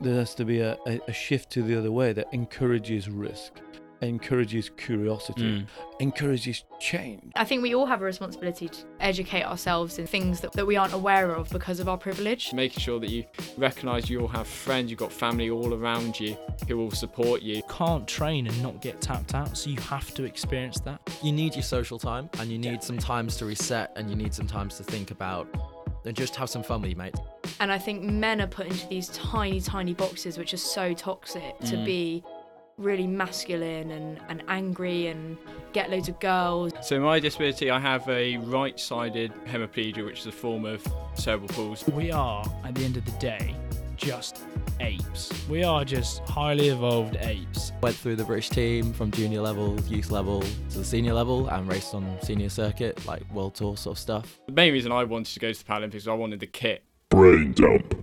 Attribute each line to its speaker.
Speaker 1: there has to be a, a, a shift to the other way that encourages risk, encourages curiosity,
Speaker 2: Mm.
Speaker 1: encourages change.
Speaker 3: I think we all have a responsibility to educate ourselves in things that, that we aren't aware of because of our privilege.
Speaker 2: Making sure that you recognise you all have friends, you've got family all around you who will support you.
Speaker 4: can't train and not get tapped out, so you have to experience that.
Speaker 5: You need your social time and you need some times to reset and you need some times to think about and just have some fun with your mates.
Speaker 3: And I think men are put into these tiny, tiny boxes which are so toxic to be really masculine and, and angry and get loads of girls.
Speaker 2: So my disability, I have a right-sided hemiplegia, which is a form of cerebral palsy.
Speaker 6: We are, at the end of the day, just apes. We are just highly evolved apes.
Speaker 5: Went through the British team from junior level, youth level to the senior level and raced on senior circuit, like world tour sort of stuff.
Speaker 2: The main reason I wanted to go to the Paralympics was I wanted the kit.
Speaker 7: Brain dump.